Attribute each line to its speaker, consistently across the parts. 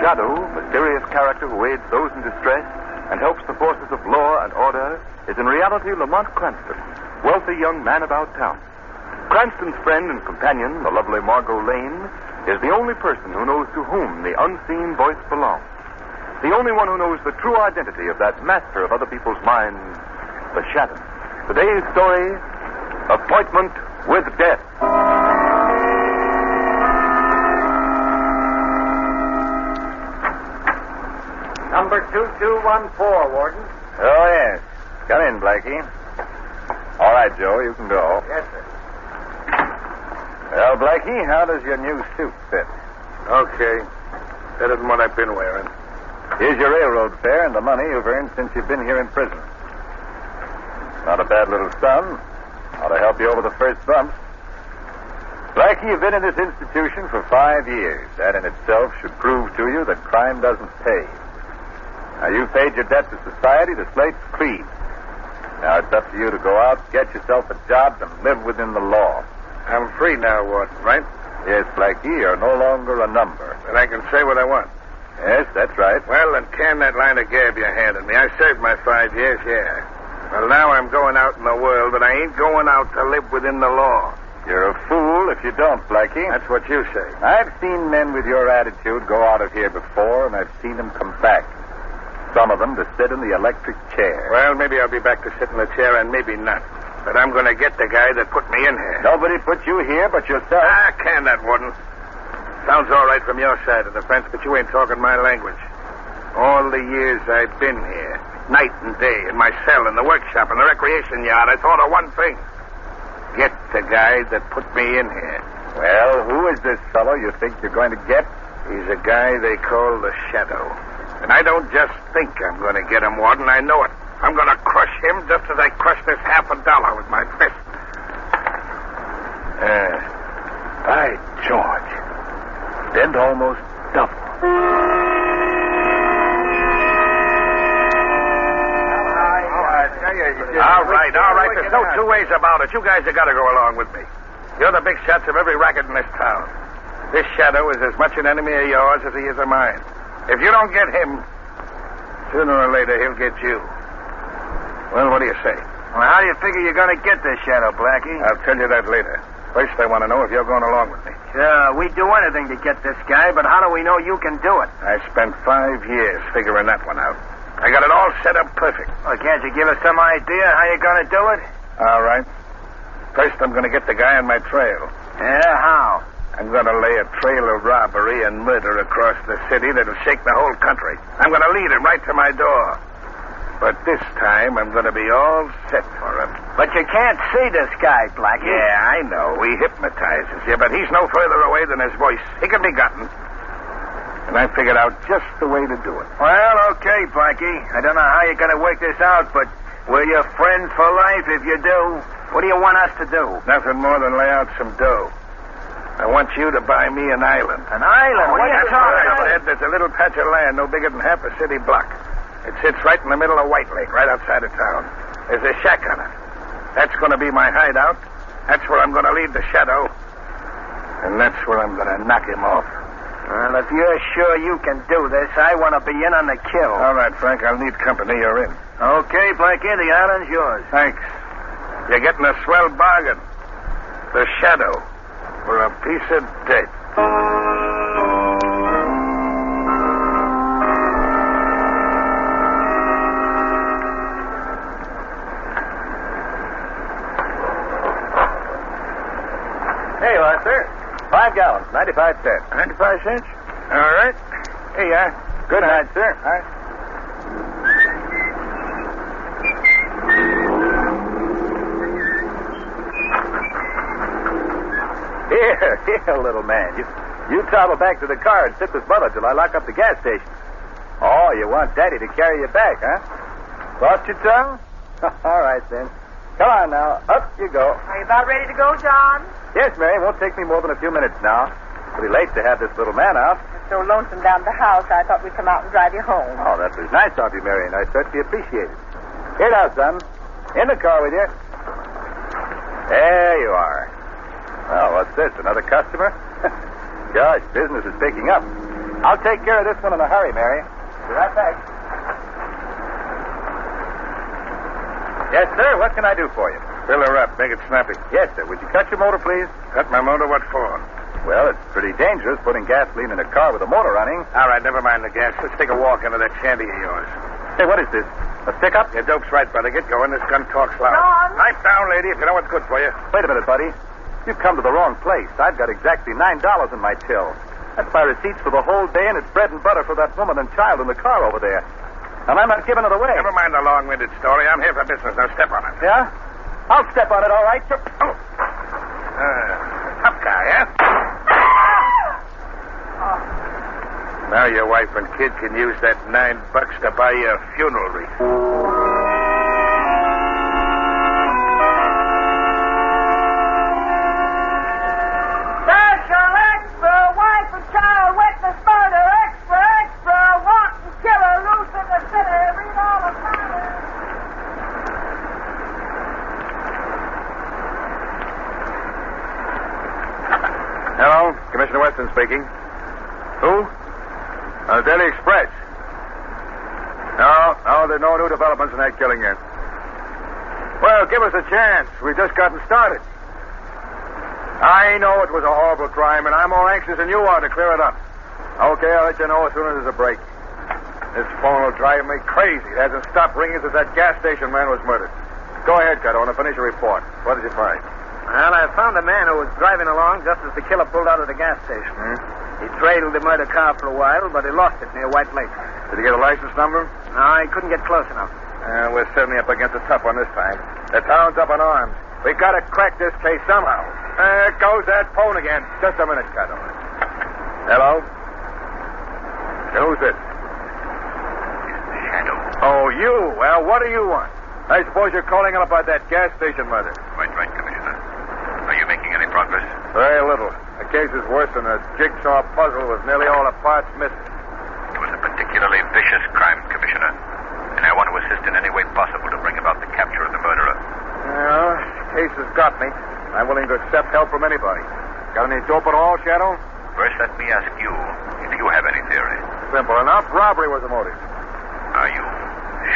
Speaker 1: Shadow, mysterious character who aids those in distress and helps the forces of law and order, is in reality Lamont Cranston, wealthy young man about town. Cranston's friend and companion, the lovely Margot Lane, is the only person who knows to whom the unseen voice belongs. The only one who knows the true identity of that master of other people's minds, the Shadow. Today's story Appointment with Death.
Speaker 2: Number 2214, Warden.
Speaker 3: Oh, yes. Come in, Blackie. All right, Joe, you can go.
Speaker 2: Yes, sir.
Speaker 3: Well, Blackie, how does your new suit fit?
Speaker 4: Okay. Better than what I've been wearing.
Speaker 3: Here's your railroad fare and the money you've earned since you've been here in prison. Not a bad little sum. Ought to help you over the first bumps. Blackie, you've been in this institution for five years. That in itself should prove to you that crime doesn't pay. Now, you've paid your debt to society, the slate's clean. Now, it's up to you to go out, get yourself a job, and live within the law.
Speaker 4: I'm free now, Warden, right?
Speaker 3: Yes, Blackie, you're no longer a number.
Speaker 4: And I can say what I want.
Speaker 3: Yes, that's right.
Speaker 4: Well, then can that line of gab you handed me. I served my five years, yeah. Well, now I'm going out in the world, but I ain't going out to live within the law.
Speaker 3: You're a fool if you don't, Blackie.
Speaker 4: That's what you say.
Speaker 3: I've seen men with your attitude go out of here before, and I've seen them come back. Some of them to sit in the electric chair.
Speaker 4: Well, maybe I'll be back to sit in the chair, and maybe not. But I'm going to get the guy that put me in here.
Speaker 3: Nobody put you here but yourself.
Speaker 4: Ah, can that, Warden. Sounds all right from your side of the fence, but you ain't talking my language. All the years I've been here, night and day, in my cell, in the workshop, in the recreation yard, I thought of one thing. Get the guy that put me in here.
Speaker 3: Well, who is this fellow you think you're going to get?
Speaker 4: He's a guy they call the Shadow. And I don't just think I'm going to get him, Warden. I know it. I'm going to crush him just as I crushed this half a dollar with my fist.
Speaker 3: Uh, by George. Spend almost double.
Speaker 4: All right, all right. There's no two ways about it. You guys have got to go along with me. You're the big shots of every racket in this town. This shadow is as much an enemy of yours as he is of mine. If you don't get him, sooner or later he'll get you. Well, what do you say?
Speaker 2: Well, how do you figure you're going to get this shadow, Blackie?
Speaker 4: I'll tell you that later. First, I want to know if you're going along with me.
Speaker 2: Sure, we'd do anything to get this guy, but how do we know you can do it?
Speaker 4: I spent five years figuring that one out. I got it all set up perfect.
Speaker 2: Well, can't you give us some idea how you're going to do it?
Speaker 4: All right. First, I'm going to get the guy on my trail.
Speaker 2: Yeah, how?
Speaker 4: I'm going to lay a trail of robbery and murder across the city that'll shake the whole country. I'm going to lead him right to my door. But this time, I'm going to be all set for him.
Speaker 2: But you can't see this guy, Blackie.
Speaker 4: Yeah, I know. He hypnotizes you, but he's no further away than his voice. He can be gotten. And I figured out just the way to do it.
Speaker 2: Well, okay, Blackie. I don't know how you're going to work this out, but we're your friends for life if you do. What do you want us to do?
Speaker 4: Nothing more than lay out some dough. I want you to buy me an island.
Speaker 2: An island? what are you talking about?
Speaker 4: Ed, there's a little patch of land no bigger than half a city block. It sits right in the middle of White Lake, right outside of town. There's a shack on it. That's going to be my hideout. That's where I'm going to lead the shadow. And that's where I'm going to knock him off.
Speaker 2: Well, if you're sure you can do this, I want to be in on the kill.
Speaker 4: All right, Frank, I'll need company. You're in.
Speaker 2: Okay, Blackie, the island's yours.
Speaker 4: Thanks. You're getting a swell bargain. The shadow for a piece of dirt.
Speaker 3: Here you are, sir. Five gallons, 95 cents. uh,
Speaker 4: 95 cents? All right. Here you are.
Speaker 3: Good night, sir. Here, here, little man. You, you travel back to the car and sip this bottle till I lock up the gas station. Oh, you want Daddy to carry you back, huh? Lost your tongue? All right, then. Come on now. Up you go.
Speaker 5: Are you about ready to go, John?
Speaker 3: Yes, Mary, won't take me more than a few minutes now. Pretty late to have this little man out.
Speaker 5: It's so lonesome down at the house, I thought we'd come out and drive you home.
Speaker 3: Oh, that was nice of you, Mary, and I certainly appreciate it. Here now, son. In the car with you. There you are. Well, what's this? Another customer? Gosh, business is picking up. I'll take care of this one in a hurry, Mary.
Speaker 2: Be right back.
Speaker 3: Yes, sir. What can I do for you?
Speaker 4: Fill her up. Make it snappy.
Speaker 3: Yes, sir. Would you cut your motor, please?
Speaker 4: Cut my motor. What for?
Speaker 3: Well, it's pretty dangerous putting gasoline in a car with a motor running.
Speaker 4: All right, never mind the gas. Let's take a walk into that shanty of yours.
Speaker 3: Hey, what is this? A stick-up?
Speaker 4: Your dope's right, brother. Get going. This gun talks loud.
Speaker 5: Ron!
Speaker 4: Pipe down, lady, if you know what's good for you.
Speaker 3: Wait a minute, buddy. You've come to the wrong place. I've got exactly nine dollars in my till. That's my receipts for the whole day, and it's bread and butter for that woman and child in the car over there. And I'm not giving it away.
Speaker 4: Never mind the long-winded story. I'm here for business. Now step on it.
Speaker 3: Yeah? I'll step on it, all right. Sure.
Speaker 4: Oh. Uh, tough guy, eh? Now your wife and kid can use that nine bucks to buy you a funeral wreath.
Speaker 5: Special extra, wife and child witness murder, extra, extra, wanton killer loose in the city. Read all about it.
Speaker 4: Hello, Commissioner Weston speaking. Who? Uh, Daily Express. No, no, there are no new developments in that killing yet. Well, give us a chance. We've just gotten started. I know it was a horrible crime, and I'm more anxious than you are to clear it up. Okay, I'll let you know as soon as there's a break. This phone will drive me crazy. It hasn't stopped ringing since that gas station man was murdered. Go ahead, Cardona. Finish your report. What did you find?
Speaker 2: Well, I found a man who was driving along just as the killer pulled out of the gas station. He trailed the murder car for a while, but he lost it near White Lake.
Speaker 4: Did you get a license number?
Speaker 2: No, I couldn't get close enough.
Speaker 4: Uh, we're certainly up against a tough one this time. The town's up in arms. We gotta crack this case somehow. There goes that phone again. Just a minute, Cardona. Hello? Who's this?
Speaker 6: Shadow.
Speaker 4: Oh, you. Well, what do you want? I suppose you're calling up about that gas station murder.
Speaker 6: Quite right, Commissioner. Are you making any progress?
Speaker 4: Very little. The case is worse than a jigsaw puzzle with nearly all the parts missing.
Speaker 6: It was a particularly vicious crime, Commissioner. And I want to assist in any way possible to bring about the capture of the murderer.
Speaker 4: Well, the case has got me. I'm willing to accept help from anybody. Got any dope at all, Shadow?
Speaker 6: First, let me ask you if you have any theory.
Speaker 4: Simple enough. Robbery was the motive.
Speaker 6: Are you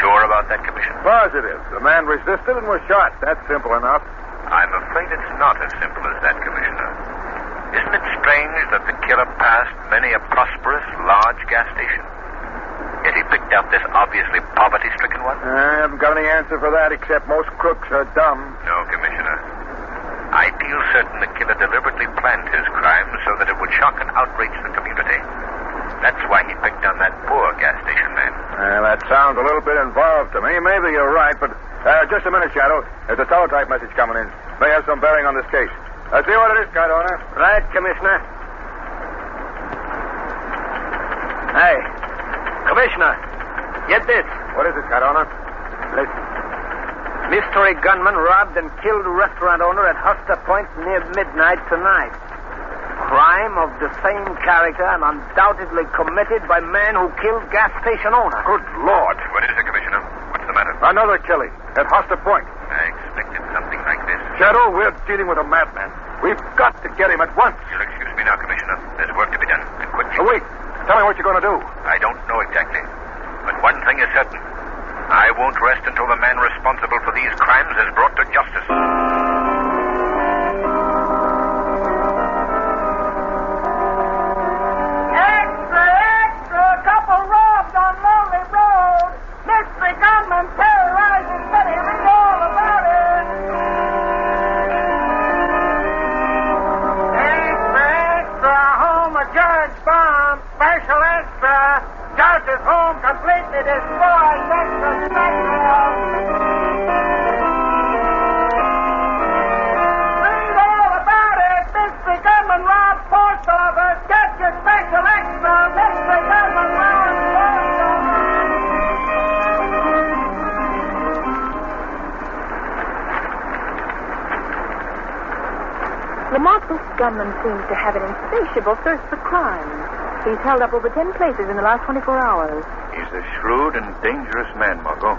Speaker 6: sure about that, Commissioner?
Speaker 4: Positive. The man resisted and was shot. That's simple enough.
Speaker 6: I'm afraid it's not as simple as that, Commissioner. Isn't it strange that the killer passed many a prosperous, large gas station? Yet he picked out this obviously poverty stricken one?
Speaker 4: I haven't got any answer for that, except most crooks are dumb.
Speaker 6: No, Commissioner. I feel certain the killer deliberately planned his crime so that it would shock and outrage the community. That's why he picked on that poor gas station man.
Speaker 4: Well, that sounds a little bit involved to me. Maybe you're right, but uh, just a minute, Shadow. There's a teletype message coming in. May have some bearing on this case. Uh, see what it is, Cardona.
Speaker 2: Right, Commissioner. Hey, Commissioner, get this.
Speaker 4: What is it, Cardona?
Speaker 2: Listen. Mystery gunman robbed and killed restaurant owner at Huster Point near midnight tonight. Crime of the same character and undoubtedly committed by man who killed gas station owner.
Speaker 4: Good Lord.
Speaker 6: What is it, Commissioner? What's the matter?
Speaker 4: Another killing at Hoster Point.
Speaker 6: I expected something like this.
Speaker 4: Shadow, we're dealing with a madman. We've got to get him at once.
Speaker 6: You'll excuse me now, Commissioner. There's work to be done, and quickly.
Speaker 4: Uh, Wait. Tell me what you're going to do.
Speaker 6: I don't know exactly. But one thing is certain. I won't rest until the man responsible for these crimes is brought to justice.
Speaker 5: Extra, extra, couple robbed on Lonely Road. Mystery gunman terrorizing city. Read all about it. Extra, extra, home a judge bomb. Special extra, judge's home completely destroyed. Extra, special. Read all about it. Mystery gunman robbed post office. Get your special extra. Mystery gunman robbed post office.
Speaker 7: Lamont, this gunman seems to have an insatiable thirst for crime. He's held up over ten places in the last 24 hours.
Speaker 6: He's a shrewd and dangerous man, Margot.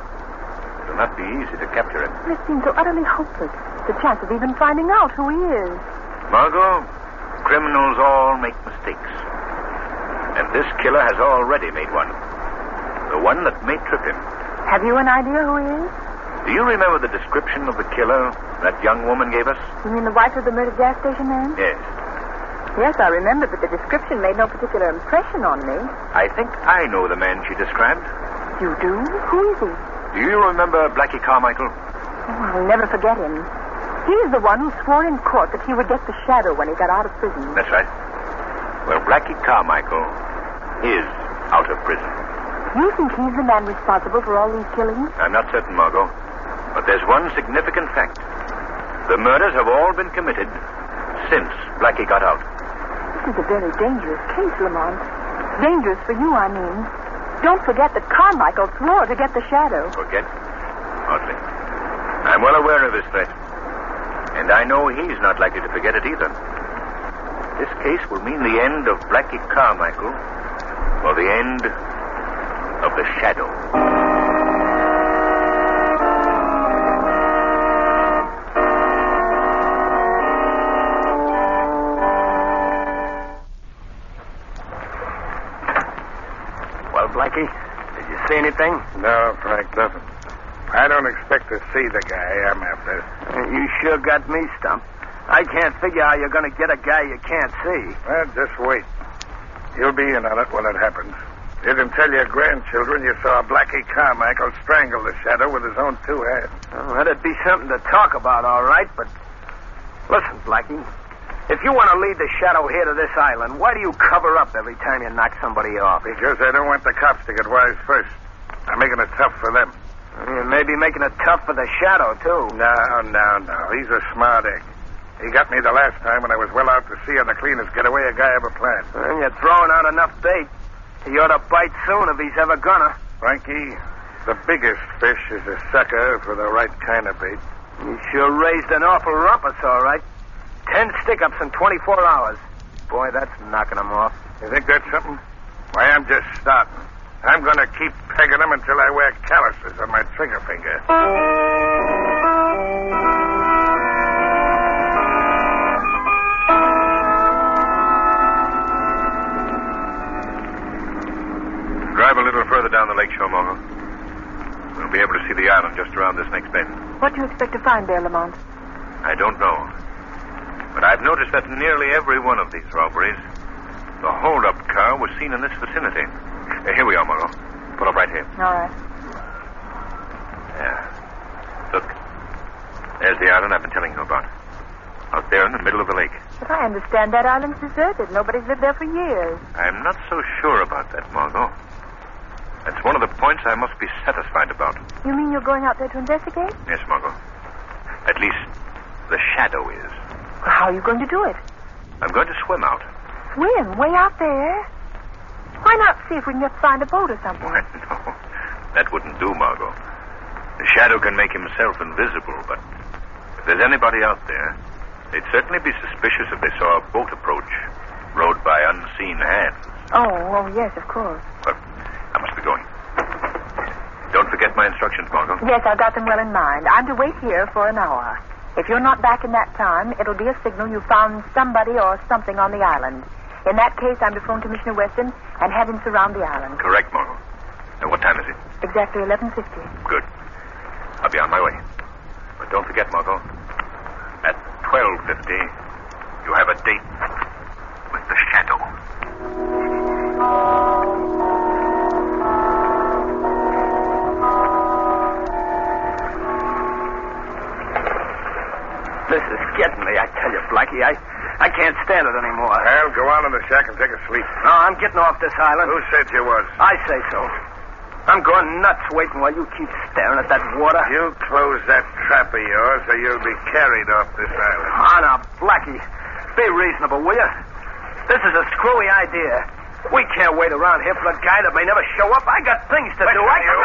Speaker 6: It'll not be easy to capture him.
Speaker 7: But it seems so utterly hopeless. The chance of even finding out who he is.
Speaker 6: Margot, criminals all make mistakes. And this killer has already made one. The one that may trip him.
Speaker 7: Have you an idea who he is?
Speaker 6: Do you remember the description of the killer that young woman gave us?
Speaker 7: You mean the wife of the murdered gas station man?
Speaker 6: Yes.
Speaker 7: Yes, I remember, but the description made no particular impression on me.
Speaker 6: I think I know the man she described.
Speaker 7: You do? Who is he?
Speaker 6: Do you remember Blackie Carmichael?
Speaker 7: Oh, I'll never forget him. He's the one who swore in court that he would get the shadow when he got out of prison.
Speaker 6: That's right. Well, Blackie Carmichael is out of prison.
Speaker 7: You think he's the man responsible for all these killings?
Speaker 6: I'm not certain, Margot. But there's one significant fact. The murders have all been committed since Blackie got out.
Speaker 7: This is a very dangerous case, Lamont. Dangerous for you, I mean. Don't forget that Carmichael swore to get the shadow.
Speaker 6: Forget? Hardly. I'm well aware of his threat. And I know he's not likely to forget it either. This case will mean the end of Blackie Carmichael, or the end of the shadow.
Speaker 2: Well, Blackie, did you see anything?
Speaker 4: No, Frank, nothing. I don't expect to see the guy I'm after.
Speaker 2: You sure got me stumped. I can't figure how you're going to get a guy you can't see.
Speaker 4: Well, just wait. You'll be in on it when it happens. You can tell your grandchildren you saw Blackie Carmichael strangle the shadow with his own two hands.
Speaker 2: Well, that'd be something to talk about, all right, but listen, Blackie. If you want to lead the shadow here to this island, why do you cover up every time you knock somebody off?
Speaker 4: Because I don't want the cops to get wise first. I'm making it tough for them.
Speaker 2: You may be making it tough for the shadow, too.
Speaker 4: No, no, no. He's a smart egg. He got me the last time when I was well out to sea on the cleanest getaway a guy ever planned.
Speaker 2: Well, you're throwing out enough bait. He ought to bite soon if he's ever gonna.
Speaker 4: Frankie, the biggest fish is a sucker for the right kind of bait.
Speaker 2: He sure raised an awful rumpus, all right. Ten stick-ups in 24 hours. Boy, that's knocking him off.
Speaker 4: You think that's something? Why, I'm just starting. I'm going to keep pegging them until I wear calluses on my trigger finger.
Speaker 6: Drive a little further down the lake shore, Margot. We'll be able to see the island just around this next bend.
Speaker 7: What do you expect to find there, Lamont?
Speaker 6: I don't know. But I've noticed that in nearly every one of these robberies, the hold-up car was seen in this vicinity. Uh, here we are, Margot. Pull up right here.
Speaker 7: All right.
Speaker 6: Yeah. Look. There's the island I've been telling you about. Out there in the middle of the lake.
Speaker 7: But I understand that island's deserted. Nobody's lived there for years.
Speaker 6: I'm not so sure about that, Margot. That's one of the points I must be satisfied about.
Speaker 7: You mean you're going out there to investigate?
Speaker 6: Yes, Margot. At least the shadow is.
Speaker 7: How are you going to do it?
Speaker 6: I'm going to swim out.
Speaker 7: Swim way out there. Why not see if we can just find a boat or something?
Speaker 6: Why, no. That wouldn't do, Margot. The shadow can make himself invisible, but if there's anybody out there, they'd certainly be suspicious if they saw a boat approach, rowed by unseen hands.
Speaker 7: Oh, oh yes, of course.
Speaker 6: Well, I must be going. Don't forget my instructions, Margot.
Speaker 7: Yes, I've got them well in mind. I'm to wait here for an hour. If you're not back in that time, it'll be a signal you found somebody or something on the island. In that case, I'm to phone Commissioner Weston and have him surround the island.
Speaker 6: Correct, Margot. Now, what time is it?
Speaker 7: Exactly 11.50.
Speaker 6: Good. I'll be on my way. But don't forget, Margot, at 12.50, you have a date with the shadow.
Speaker 2: This is getting me, I tell you, Blackie. I, I can't stand it anymore.
Speaker 4: Well, go on in the shack and take a sleep.
Speaker 2: No, I'm getting off this island.
Speaker 4: Who said you was?
Speaker 2: I say so. I'm going nuts waiting while you keep staring at that water.
Speaker 4: You close that trap of yours or you'll be carried off this island.
Speaker 2: Ah, now, Blackie, be reasonable, will you? This is a screwy idea. We can't wait around here for a guy that may never show up. I got things to do.
Speaker 4: Listen,
Speaker 2: I
Speaker 4: you.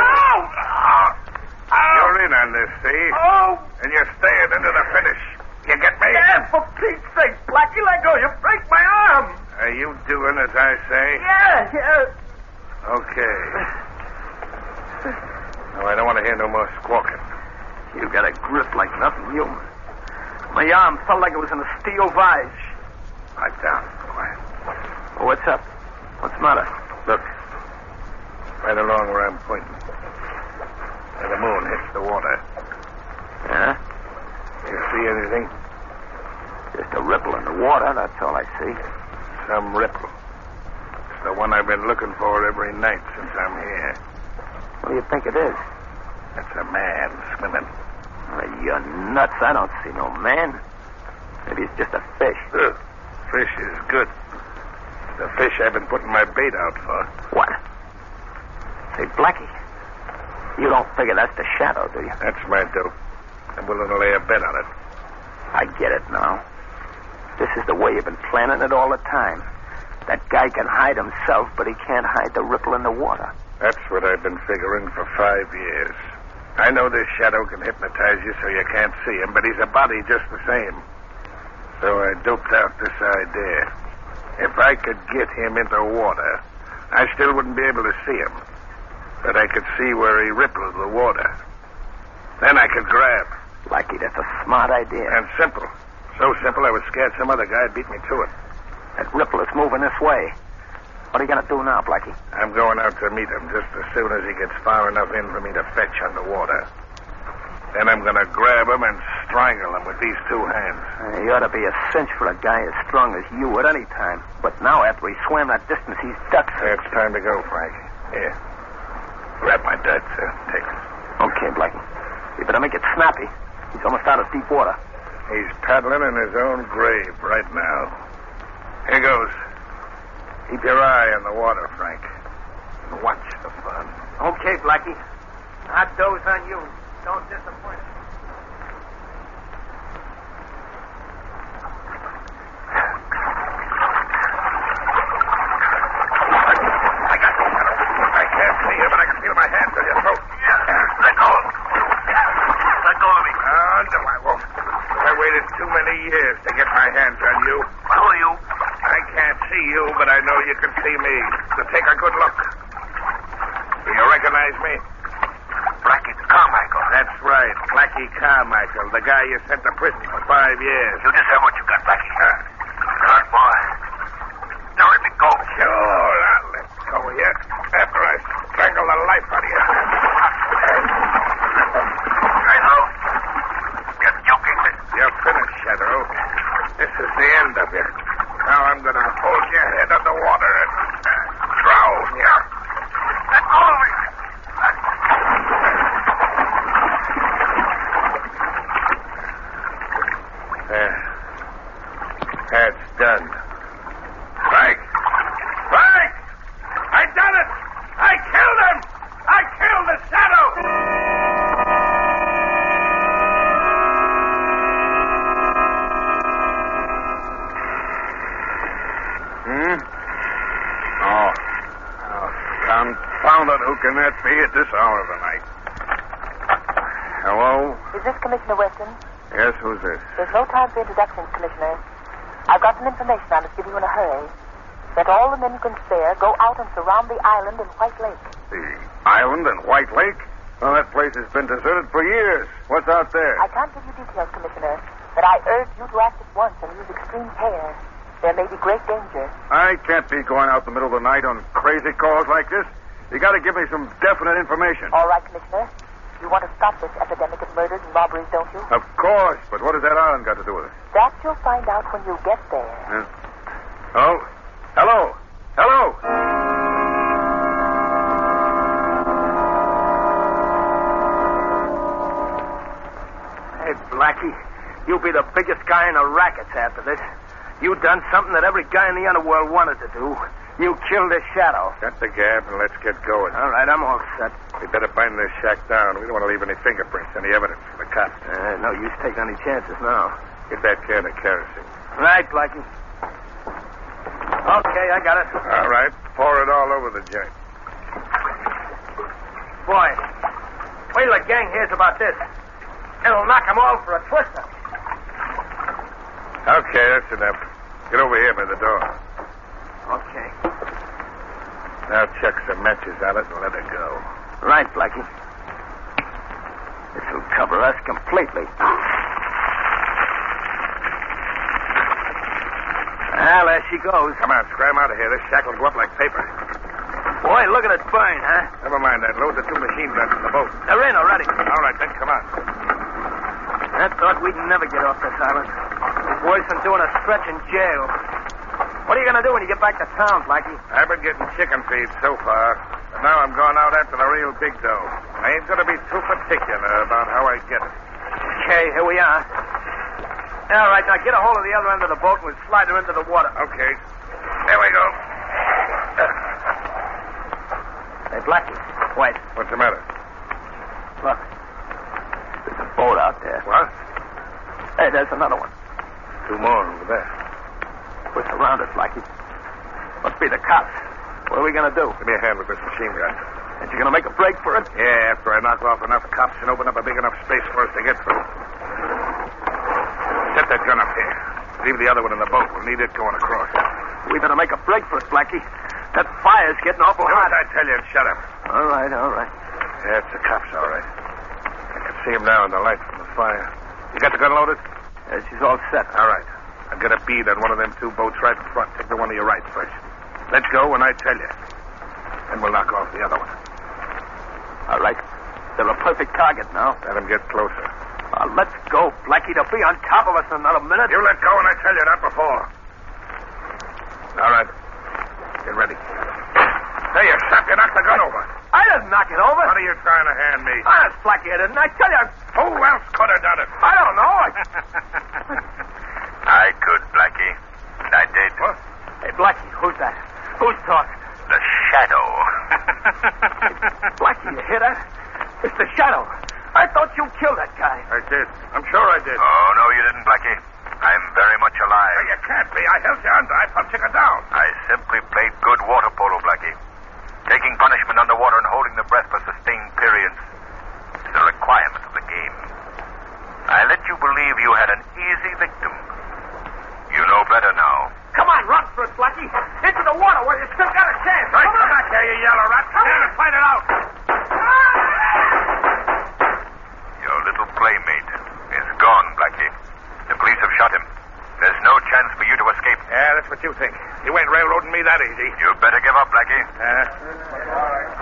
Speaker 4: You're in on this, see?
Speaker 5: Oh,
Speaker 4: And you're staying into the finish. You get me?
Speaker 5: yeah, for Pete's sake, Blackie, let go. You break my arm.
Speaker 4: Are you doing as I say?
Speaker 5: Yeah, yeah.
Speaker 4: Okay. No, I don't want to hear no more squawking.
Speaker 2: You got a grip like nothing, you. My arm felt like it was in a steel vise.
Speaker 4: Pipe down. Quiet.
Speaker 2: What's up?
Speaker 1: What's the matter?
Speaker 4: Look. Right along where I'm pointing. Where the moon hits the water.
Speaker 1: Yeah?
Speaker 4: You see anything?
Speaker 1: Just a ripple in the water, that's all I see.
Speaker 4: Some ripple. It's the one I've been looking for every night since I'm here.
Speaker 1: What do you think it is?
Speaker 4: That's a man swimming.
Speaker 1: Well, you're nuts. I don't see no man. Maybe it's just a fish.
Speaker 4: Ugh. Fish is good. The fish I've been putting my bait out for.
Speaker 1: What? Say, Blackie, you don't figure that's the shadow, do you?
Speaker 4: That's my dope. I'm willing to lay a bet on it.
Speaker 1: I get it now. This is the way you've been planning it all the time. That guy can hide himself, but he can't hide the ripple in the water.
Speaker 4: That's what I've been figuring for five years. I know this shadow can hypnotize you so you can't see him, but he's a body just the same. So I doped out this idea. If I could get him into water, I still wouldn't be able to see him. But I could see where he rippled the water. Then I could grab.
Speaker 1: Blackie, that's a smart idea.
Speaker 2: Uh,
Speaker 4: And simple. So simple I was scared some other guy beat me to it.
Speaker 1: That ripple is moving this way. What are you going to do now, Blackie?
Speaker 4: I'm going out to meet him just as soon as he gets far enough in for me to fetch underwater. Then I'm going to grab him and strangle him with these two hands.
Speaker 1: Uh, he ought to be a cinch for a guy as strong as you at any time. But now, after he swam that distance, he's ducks.
Speaker 2: Uh,
Speaker 4: It's time to go, Frank. Here. Grab my duds, sir. Take it.
Speaker 1: Okay, Blackie. You better make it snappy. He's almost out of deep water.
Speaker 4: He's paddling in his own grave right now. Here goes. Keep your eye on the water, Frank. And watch the fun.
Speaker 2: Okay, Blackie. Hot doze on you. Don't disappoint.
Speaker 4: I got the shadow. I can't see you, but I can feel my hands on your throat.
Speaker 6: Let go. Let go of me.
Speaker 4: Ah, no, I won't. I waited too many years to get my hands on you.
Speaker 6: Who are you?
Speaker 4: I can't see you, but I know you can see me. So take a good look. Do you recognize me?
Speaker 6: Blackie Carmichael.
Speaker 4: That's right, Blackie Carmichael, the guy you sent to prison for five years. Uh,
Speaker 6: You just have what you got, Blackie. Good boy. Now let me go.
Speaker 4: Sure, I'll let go of you after I strangle the life out of you.
Speaker 6: Shadow. You're joking.
Speaker 4: You're finished, Shadow. This is the end of you. Now I'm going to hold your head underwater and uh, drown you.
Speaker 6: Let go of me.
Speaker 4: There. Uh, That's done. Frank! Frank! I done it! I killed him! I killed the shadow!
Speaker 1: Hmm?
Speaker 4: Oh. oh. Confound it, who can that be at this hour of the night? Hello?
Speaker 7: Is this Commissioner Weston?
Speaker 4: Yes, who's this?
Speaker 7: There's no time for introductions, Commissioner. I've got some information I must give you in a hurry. Let all the men you can spare go out and surround the island in White Lake.
Speaker 4: The island and White Lake? Well, that place has been deserted for years. What's out there?
Speaker 7: I can't give you details, Commissioner, but I urge you to act at once and use extreme care. There may be great danger.
Speaker 4: I can't be going out the middle of the night on crazy calls like this. You got to give me some definite information.
Speaker 7: All right, Commissioner. You want to stop this epidemic of murders and robberies, don't you?
Speaker 4: Of course, but what has that island got to do with it?
Speaker 7: That you'll find out when you get there.
Speaker 4: Huh? Oh, hello, hello.
Speaker 2: Hey, Blackie, you be the biggest guy in the rackets after this. You done something that every guy in the underworld wanted to do. You killed the shadow.
Speaker 4: Cut the gap and let's get going.
Speaker 2: All right, I'm all set.
Speaker 4: We better bind this shack down. We don't want to leave any fingerprints, any evidence for the cops.
Speaker 2: Uh, no use taking any chances now.
Speaker 4: Get that can of kerosene.
Speaker 2: Right, Blackie. Okay, I got it.
Speaker 4: All right, pour it all over the joint.
Speaker 2: Boy, wait till the gang hears about this. It'll knock 'em all for a twister.
Speaker 4: Okay, that's enough. Get over here by the door.
Speaker 2: Okay.
Speaker 4: Now chuck some matches on it and let her go.
Speaker 2: Right, Blackie. This'll cover us completely. I Well, there she goes.
Speaker 4: Come on, scram out of here. This shack will go up like paper.
Speaker 2: Boy, look at it burn, huh?
Speaker 4: Never mind that. Load the two machine guns in the boat.
Speaker 2: They're in already.
Speaker 4: All right, then, come on.
Speaker 2: I thought we'd never get off this island. It's worse than doing a stretch in jail. What are you going to do when you get back to town, Blackie?
Speaker 4: I've been getting chicken feed so far, but now I'm going out after the real big dough. I ain't going to be too particular about how I get it.
Speaker 2: Okay, here we are. All right, now get a hold of the other end of the boat and we'll slide her into the water.
Speaker 4: Okay. There we go.
Speaker 2: Hey, Blackie, wait.
Speaker 4: What's the matter?
Speaker 2: Look. There's a boat out there.
Speaker 4: What?
Speaker 2: Hey, there's another one.
Speaker 4: Two more over there.
Speaker 2: We're surrounded, Blackie. Must be the cops. What are we going to do?
Speaker 4: Give me a hand with this machine gun.
Speaker 2: Ain't you going to make a break for it?
Speaker 4: Yeah, after I knock off enough cops and open up a big enough space for us to get through. Set that gun up here. Leave the other one in the boat. We'll need it going across.
Speaker 2: We better make a break for it, Blackie. That fire's getting awful
Speaker 4: Do as
Speaker 2: hot.
Speaker 4: I tell you and shut up.
Speaker 2: All right, all right.
Speaker 4: Yeah, it's the cops, all right. I can see him now in the light from the fire. You got the gun loaded?
Speaker 2: Yeah, she's all set.
Speaker 4: All right. I've got a bead on one of them two boats right in front. Take the one to your right first. Let go when I tell you. Then we'll knock off the other one.
Speaker 2: All right. They're a perfect target now.
Speaker 4: Let him get closer.
Speaker 2: Uh, let's go, Blackie. They'll be on top of us in another minute.
Speaker 4: You let go when I tell you, not before. All right. Get ready. Hey, you suck. You knocked the gun over.
Speaker 2: I didn't knock it over.
Speaker 4: What are you trying to hand me?
Speaker 2: Honest, Blackie, I didn't. I tell you, I-
Speaker 4: Who else could have done it?
Speaker 2: I don't know. I-
Speaker 6: I could, Blackie. And I did.
Speaker 4: What?
Speaker 2: Hey, Blackie, who's that? Who's talking?
Speaker 6: The shadow.
Speaker 2: Blackie, you hear that? It's the shadow. I thought you killed that guy.
Speaker 4: I did. I'm sure I did.
Speaker 6: oh, no, you didn't, Blackie. I'm very much alive.
Speaker 4: No, you can't be. I held you under. I pumped you down.
Speaker 6: I simply played good water polo, Blackie. Taking punishment underwater and holding the breath for sustained periods is a requirement of the game. I let you believe you had an easy victim. You know better now.
Speaker 2: Come on, run for it, Blackie. Into the water where you still got a chance.
Speaker 4: Right, come back here, you yellow rat. Come here and fight it out.
Speaker 6: Your little playmate is gone, Blackie. The police have shot him. There's no chance for you to escape.
Speaker 4: Yeah, that's what you think. You ain't railroading me that easy.
Speaker 6: You better give up, Blackie.
Speaker 4: Uh,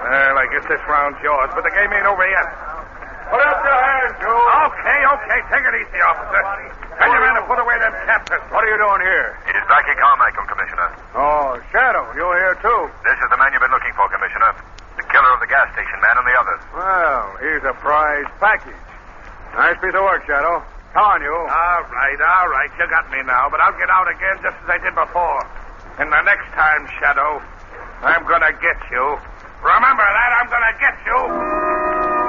Speaker 4: well, I guess this round's yours, but the game ain't over yet. Put up your hands, Joe. Okay, okay. Take it easy, officer. Benjamin, to put away them captains. What are you doing here?
Speaker 6: It is Blackie Carmichael, Commissioner.
Speaker 4: Oh, Shadow, you're here, too.
Speaker 6: This is the man you've been looking for, Commissioner. The killer of the gas station man and the others.
Speaker 4: Well, here's a prize package. Nice piece of work, Shadow. Come on, you. All right, all right. You got me now, but I'll get out again just as I did before. And the next time, Shadow, I'm gonna get you. Remember that, I'm gonna get you.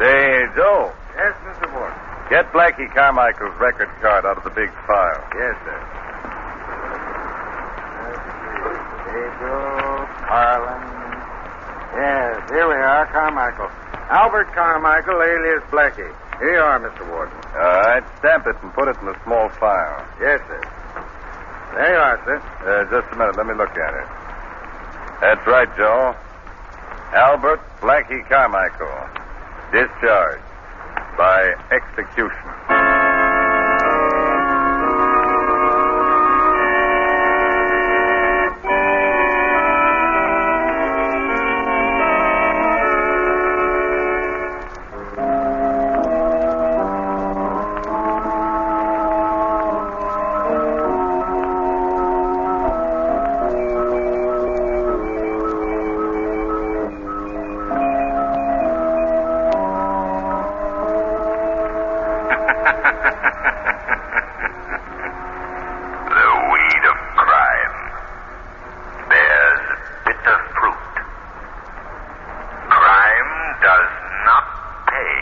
Speaker 3: Say, Joe,
Speaker 4: Yes, Mr. Ward.
Speaker 3: get Blackie Carmichael's record card out of the big file.
Speaker 4: Yes, sir.
Speaker 2: Pedro Harlan. Yes, here we are, Carmichael. Albert Carmichael, alias Blackie. Here you are, Mr. Warden.
Speaker 3: All right, stamp it and put it in the small file.
Speaker 2: Yes, sir. There you are, sir.
Speaker 3: Uh, just a minute. Let me look at it. That's right, Joe. Albert Blackie Carmichael. Discharged by execution.
Speaker 6: The weed of crime bears bitter fruit. Crime does not pay.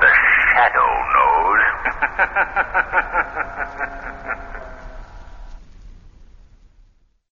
Speaker 6: The shadow knows.